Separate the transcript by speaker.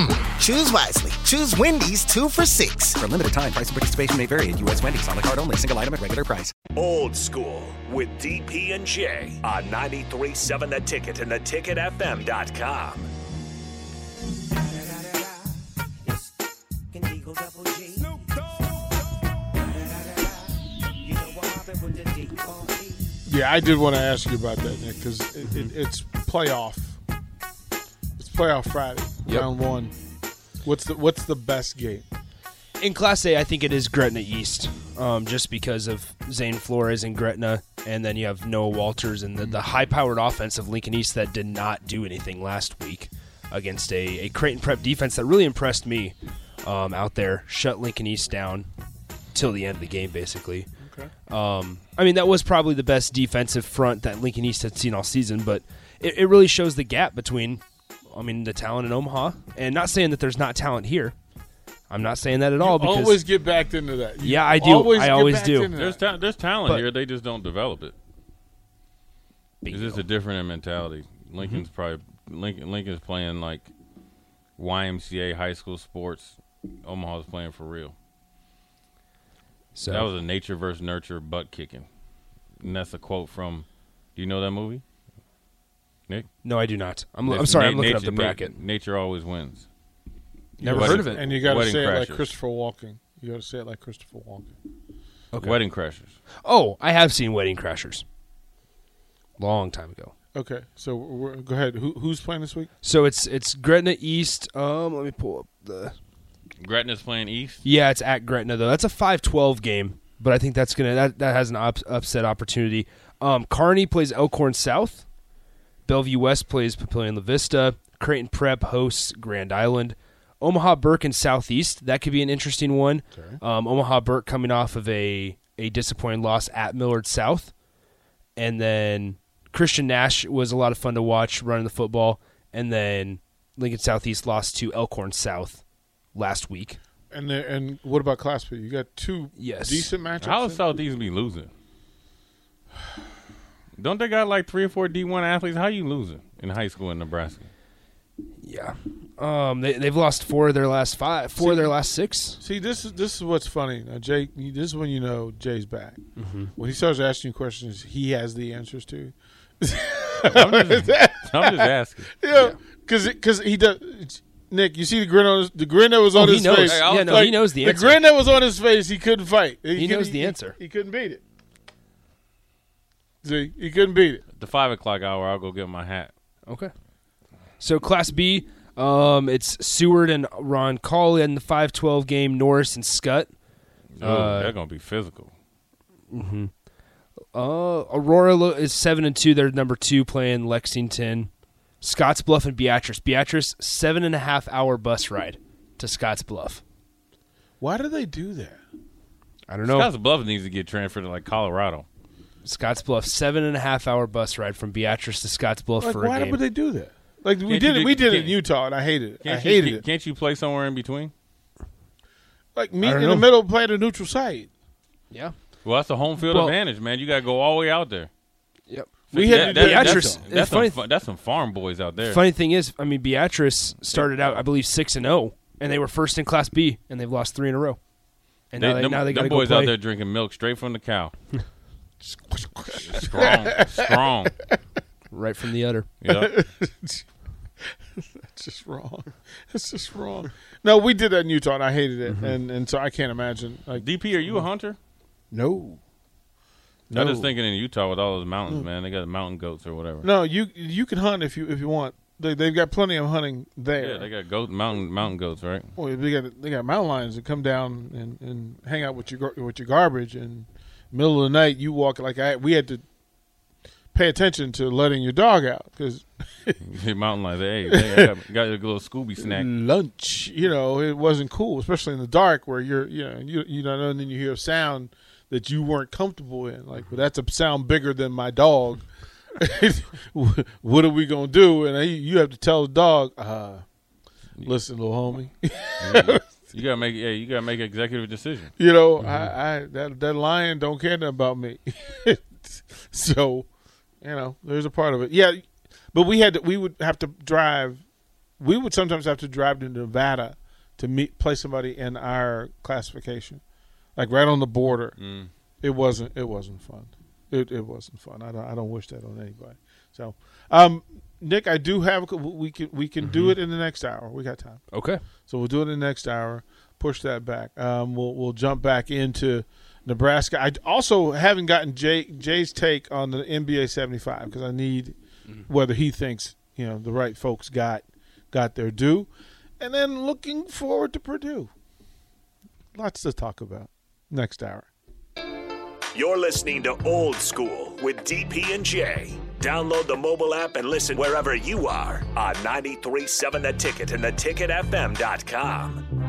Speaker 1: Choose wisely. Choose Wendy's two for six.
Speaker 2: For a limited time, price and participation may vary at U.S. Wendy's on the card only, single item at regular price.
Speaker 3: Old School with DP and J on 93.7 The Ticket and theticketfm.com.
Speaker 4: Yeah, I did want to ask you about that, Nick, because it, it,
Speaker 5: Mm-hmm.
Speaker 4: it's playoff. It's playoff Friday,
Speaker 5: Yep.
Speaker 4: round one. What's the What's the best game?
Speaker 5: In Class A, I think it is Gretna East, um, just because of Zane Flores and Gretna, and then you have Noah Walters and the, the high-powered offense of Lincoln East that did not do anything last week against a, a Creighton Prep defense that really impressed me um, out there. Shut Lincoln East down till the end of the game, basically. Okay. Um, I mean, that was probably the best defensive front that Lincoln East had seen all season, but it, it really shows the gap between, I mean, the talent in Omaha, and not saying that there's not talent here. I'm not saying that at all Oh, because
Speaker 4: always get backed into that. You
Speaker 5: Yeah, I do. I
Speaker 4: get
Speaker 5: always
Speaker 4: backed
Speaker 5: do.
Speaker 4: into that.
Speaker 6: There's, ta- there's talent
Speaker 5: But-
Speaker 6: here. They just don't develop it. It's just a different mentality.
Speaker 5: Mm-hmm.
Speaker 6: Lincoln's probably Lincoln, Lincoln's playing like YMCA high school sports. Omaha's playing for real.
Speaker 5: So-
Speaker 6: That was a nature versus nurture butt kicking, and that's a quote from. Do you know that movie? Nick,
Speaker 5: No, I do not. I'm, I'm
Speaker 6: It's
Speaker 5: sorry, I'm
Speaker 6: na-
Speaker 5: looking up
Speaker 6: nature-
Speaker 5: the
Speaker 6: na-
Speaker 5: bracket.
Speaker 6: nature always wins.
Speaker 5: Never
Speaker 6: Wedding-
Speaker 5: heard of it.
Speaker 4: And you got to
Speaker 6: Wedding
Speaker 4: say it like
Speaker 6: crashers.
Speaker 4: Christopher Walken. You got to say it like Christopher Walken.
Speaker 5: Okay.
Speaker 6: Wedding crashers.
Speaker 5: Oh, I have seen Wedding Crashers. Long time ago.
Speaker 4: Okay, so we're, go ahead. Who, who's playing this week?
Speaker 5: So it's it's Gretna East. Um, let me pull up the.
Speaker 6: Gretna's playing East.
Speaker 5: Yeah, it's at Gretna though. That's a 5-12 game, but I think that's gonna that, that has an op- upset opportunity. Um, Kearney plays Elkhorn South. Bellevue West plays Papillion La Vista. Creighton Prep hosts Grand Island. Omaha Burke and Southeast. That could be an interesting one. Um, Omaha Burke coming off of a a disappointing loss at Millard South, and then Christian Nash was a lot of fun to watch running the football, and then Lincoln Southeast lost to Elkhorn South last week.
Speaker 4: And the, and what about Class B? You got two
Speaker 5: Yes.
Speaker 4: decent matchups.
Speaker 6: How
Speaker 4: in?
Speaker 6: is Southeast be losing? Don't they got like three or four D one athletes? How you losing in high school in Nebraska?
Speaker 5: Yeah. Um, they, they've lost four of their last five, four of their last six.
Speaker 4: See, this is this is what's funny. Now, Jake, you- this is when you know Jay's back.
Speaker 6: Mm-hmm.
Speaker 4: When he starts asking you questions, he has the answers to.
Speaker 6: I'm just asking.
Speaker 4: Yeah, because he does. Nick, you see the grin on his, the grin that was on
Speaker 5: Oh, he
Speaker 4: his
Speaker 5: knows.
Speaker 4: face.
Speaker 5: Hey, I'll- Yeah, no, he knows the answer.
Speaker 4: The grin that was on his face, he couldn't fight. He, couldn't-
Speaker 5: knows the answer.
Speaker 4: He, couldn't beat it. See, he couldn't beat it.
Speaker 6: The five o'clock hour, I'll go get my hat.
Speaker 5: Okay. So Class B, um, it's Seward and Ron Colley in the five twelve game. Norris and Scott.
Speaker 6: Ooh, they're gonna be physical.
Speaker 5: Uh, Aurora lo- is seven and two. They're number two playing Lexington. Scotts Bluff and Beatrice. Beatrice seven and a half hour bus ride to Scotts Bluff.
Speaker 4: Why do they do that?
Speaker 5: I don't know.
Speaker 6: Scott's Bluff needs to get transferred to like Colorado.
Speaker 5: Scotts Bluff seven and a half hour bus ride from Beatrice to Scotts Bluff
Speaker 4: Like,
Speaker 5: for a
Speaker 4: why
Speaker 5: game.
Speaker 4: would they do that? Like we
Speaker 6: you
Speaker 4: did it,
Speaker 6: do-
Speaker 4: we did it in
Speaker 6: can't-
Speaker 4: Utah, and I hated it. I
Speaker 6: Can't
Speaker 4: hated
Speaker 6: you,
Speaker 4: it.
Speaker 6: Can't you play somewhere in between?
Speaker 4: Like meet
Speaker 5: I
Speaker 4: in
Speaker 5: don't
Speaker 4: the
Speaker 5: know.
Speaker 4: middle, play at a neutral site.
Speaker 5: yeah.
Speaker 6: Well, that's the home field
Speaker 5: Well-
Speaker 6: advantage, man. You gotta go all the way out there.
Speaker 5: Yep.
Speaker 4: We had to do
Speaker 5: that-
Speaker 4: that.
Speaker 5: Beatrice-
Speaker 6: That's,
Speaker 5: it's
Speaker 6: that's,
Speaker 5: funny-
Speaker 6: some, fu- that's some farm boys out there.
Speaker 5: Funny thing is, I mean, Beatrice started out, I believe, six and zero, and they were first in Class B, and they've lost three in a row. And now they,
Speaker 6: them,
Speaker 5: now they
Speaker 6: them
Speaker 5: got to go
Speaker 6: boys
Speaker 5: play.
Speaker 6: out there drinking milk straight from the cow. strong, strong.
Speaker 5: right from the udder.
Speaker 6: Yeah.
Speaker 4: It's just wrong. It's just wrong. No, we did that in Utah, and I hated
Speaker 5: Mm-hmm.
Speaker 4: it, and and so I can't imagine. Like
Speaker 6: DP, are you a hunter?
Speaker 4: no,
Speaker 6: I'm just thinking in Utah with all those mountains, man. They got mountain goats or whatever.
Speaker 4: no. You you can hunt if you if you want. They they've got plenty of hunting there.
Speaker 6: Yeah, they got goat mountain mountain goats, right?
Speaker 4: Boy, they got they got mountain lions that come down and, and hang out with your gar- with your garbage, and middle of the night you walk like I we had to pay attention to letting your dog out because
Speaker 6: mountain lions. Hey, hey I got, got a little Scooby snack.
Speaker 4: Mm. lunch. You know, it wasn't cool, especially in the dark where you're, you know, you you don't know, and then you hear a sound that you weren't comfortable in. Like, well, that's a sound bigger than my dog. what are we gonna do? And he- you have to tell the dog, uh, listen, little homie.
Speaker 6: You gotta make yeah, you gotta make an executive decision.
Speaker 4: you know, I, I that that lion don't care nothing about me. so, you know, there's a part of it. Yeah, but we had to, we would have to drive. We would sometimes have to drive to Nevada to meet play somebody in our classification, like right on the border. It wasn't it wasn't fun. It it wasn't fun. I don't I don't wish that on anybody. So, um, Nick, I do have a cou- we can we can do it in the next hour. We got time.
Speaker 5: Okay.
Speaker 4: So we'll do it in the next hour. Push that back. Um, we'll we'll jump back into Nebraska. I also haven't gotten Jay, Jay's take on the NBA seventy five because I need whether he thinks you know the right folks got got their due, and then looking forward to Purdue. Lots to talk about next hour.
Speaker 3: You're listening to Old School with DP and J. Download the mobile app and listen wherever you are on 937 The Ticket and theticketfm.com.